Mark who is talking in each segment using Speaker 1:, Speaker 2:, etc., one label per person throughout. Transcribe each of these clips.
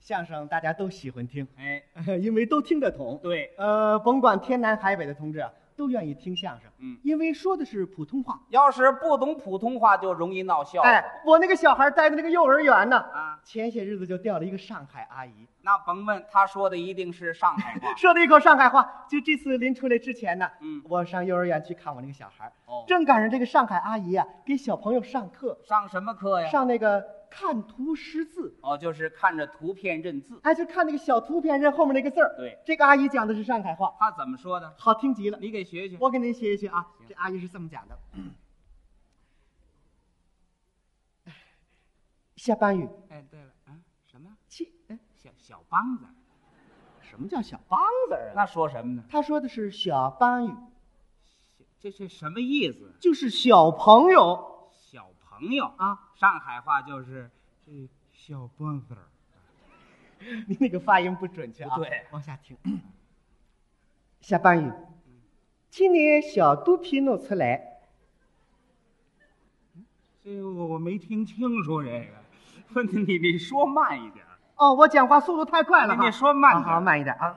Speaker 1: 相声大家都喜欢听，
Speaker 2: 哎，
Speaker 1: 因为都听得懂。
Speaker 2: 对，
Speaker 1: 呃，甭管天南海北的同志啊，都愿意听相声，
Speaker 2: 嗯
Speaker 1: 因为说的是普通话。
Speaker 2: 要是不懂普通话就容易闹笑话。
Speaker 1: 哎，我那个小孩待的那个幼儿园呢，
Speaker 2: 啊，
Speaker 1: 前些日子就调了一个上海阿姨，。
Speaker 2: 那甭问，他说的一定是上海话
Speaker 1: 说了一口上海话。就这次临出来之前呢，
Speaker 2: 嗯
Speaker 1: 我上幼儿园去看我那个小孩，
Speaker 2: 哦
Speaker 1: 正赶上这个上海阿姨啊给小朋友上课，
Speaker 2: 上什么课呀？
Speaker 1: 上那个看图识字，
Speaker 2: 哦，就是看着图片认字。
Speaker 1: 哎，就看那个小图片认后面那个字儿。
Speaker 2: 对，
Speaker 1: 这个阿姨讲的是上海话，
Speaker 2: 他怎么说的？
Speaker 1: 好听极了。
Speaker 2: 你给学学。
Speaker 1: 我给您学一学啊，
Speaker 2: 行
Speaker 1: 这阿姨是这么讲的：下班雨，
Speaker 2: 哎，对了，啊，什么
Speaker 1: 切，哎，
Speaker 2: 小小梆子？
Speaker 1: 什么叫小梆子儿啊？
Speaker 2: 那说什么呢？
Speaker 1: 她说的是小班雨，
Speaker 2: 这这什么意思？
Speaker 1: 就是小朋友
Speaker 2: 小朋友，
Speaker 1: 啊。
Speaker 2: 上海话就是这小梆子儿。
Speaker 1: 你那个发音不准确啊。
Speaker 2: 不对
Speaker 1: 往下听。 下班雨，今年小肚皮弄出来，
Speaker 2: 这我我没听清楚这个， 不，你你你说慢一点儿。
Speaker 1: 哦，我讲话速度太快了哈。
Speaker 2: 你说慢
Speaker 1: 好
Speaker 2: 点
Speaker 1: 好慢一点啊。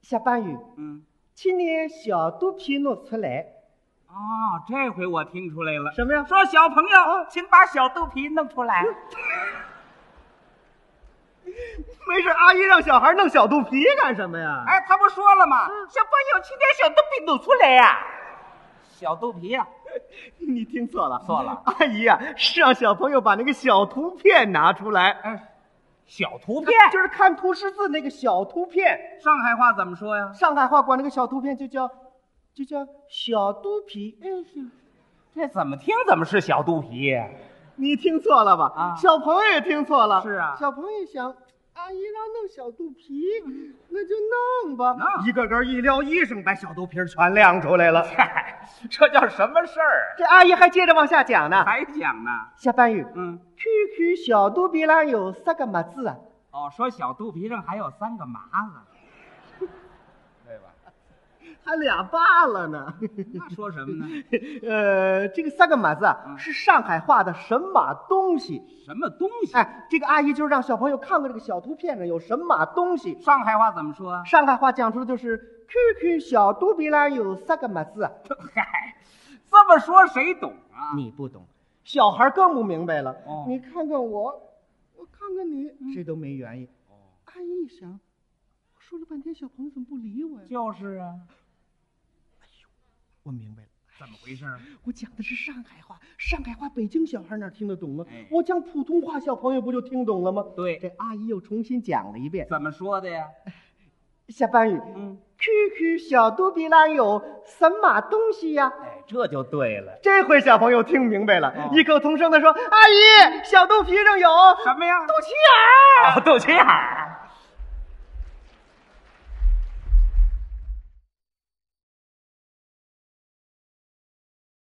Speaker 1: 下班雨，
Speaker 2: 嗯，
Speaker 1: 今年小肚皮弄出来。
Speaker 2: 哦，这回我听出来了。
Speaker 1: 什么呀？
Speaker 2: 说小朋友，请把小肚皮弄出来。
Speaker 1: 没事，阿姨让小孩弄小肚皮干什么呀？，
Speaker 2: 哎，他不说了吗？小朋友，请把小肚皮弄出来呀、小肚皮呀、
Speaker 1: 你听错了，
Speaker 2: 错了。
Speaker 1: 阿姨呀、是让小朋友把那个小图片拿出来，
Speaker 2: 哎，小图片。
Speaker 1: 就是看图识字那个小图片。
Speaker 2: 上海话怎么说呀？
Speaker 1: 上海话管那个小图片就叫，就叫小肚皮。
Speaker 2: 哎，这怎么听怎么是小肚皮？
Speaker 1: 你听错了吧？
Speaker 2: 啊
Speaker 1: 小朋友也听错了。
Speaker 2: 是啊
Speaker 1: 小朋友想，阿姨让弄小肚皮，那就嗯弄吧。
Speaker 2: 弄
Speaker 1: 一个个一撩衣裳，把小肚皮全亮出来了。
Speaker 2: 嗨，这叫什么事儿？啊
Speaker 1: 这阿姨还接着往下讲呢。
Speaker 2: 还讲呢？
Speaker 1: 下半雨，
Speaker 2: 嗯，
Speaker 1: QQ 小肚皮上有三个么字啊？
Speaker 2: 哦，说小肚皮上还有三个麻子，对吧？
Speaker 1: 还俩罢了呢。
Speaker 2: 那说什么 呢？
Speaker 1: 呃，这个三个码字啊，
Speaker 2: 嗯
Speaker 1: 是上海话的神马东西。
Speaker 2: 什么东西？
Speaker 1: 哎，这个阿姨就是让小朋友看看这个小图片上有神马东西。
Speaker 2: 上海话怎么说啊？
Speaker 1: 上海话讲出的就是 “QQ 小肚皮上有三个码字啊
Speaker 2: 嗨， 这么说谁懂啊”，？
Speaker 1: 你不懂，小孩更不明白了。
Speaker 2: 哦
Speaker 1: 你看看我，我看看你，谁都没原因。
Speaker 2: 哦，
Speaker 1: 嗯阿姨一想，我说了半天，小朋友怎么不理我呀？
Speaker 2: 就是啊，
Speaker 1: 我明白了。
Speaker 2: 怎么回事儿？
Speaker 1: 我讲的是上海话，上海话北京小孩哪听得懂啊？
Speaker 2: 哎
Speaker 1: 我讲普通话，小朋友不就听懂了吗？
Speaker 2: 对
Speaker 1: 这阿姨又重新讲了一遍。
Speaker 2: 怎么说的呀？
Speaker 1: 下班雨
Speaker 2: 嗯，
Speaker 1: ，QQ 小肚皮啦有神马东西呀、
Speaker 2: 哎，这就对了。
Speaker 1: 这回小朋友听明白了，
Speaker 2: 哦
Speaker 1: 异口同声地说：“阿姨，小肚皮上有
Speaker 2: 什么呀？
Speaker 1: 肚脐眼儿。
Speaker 2: 肚脐眼儿。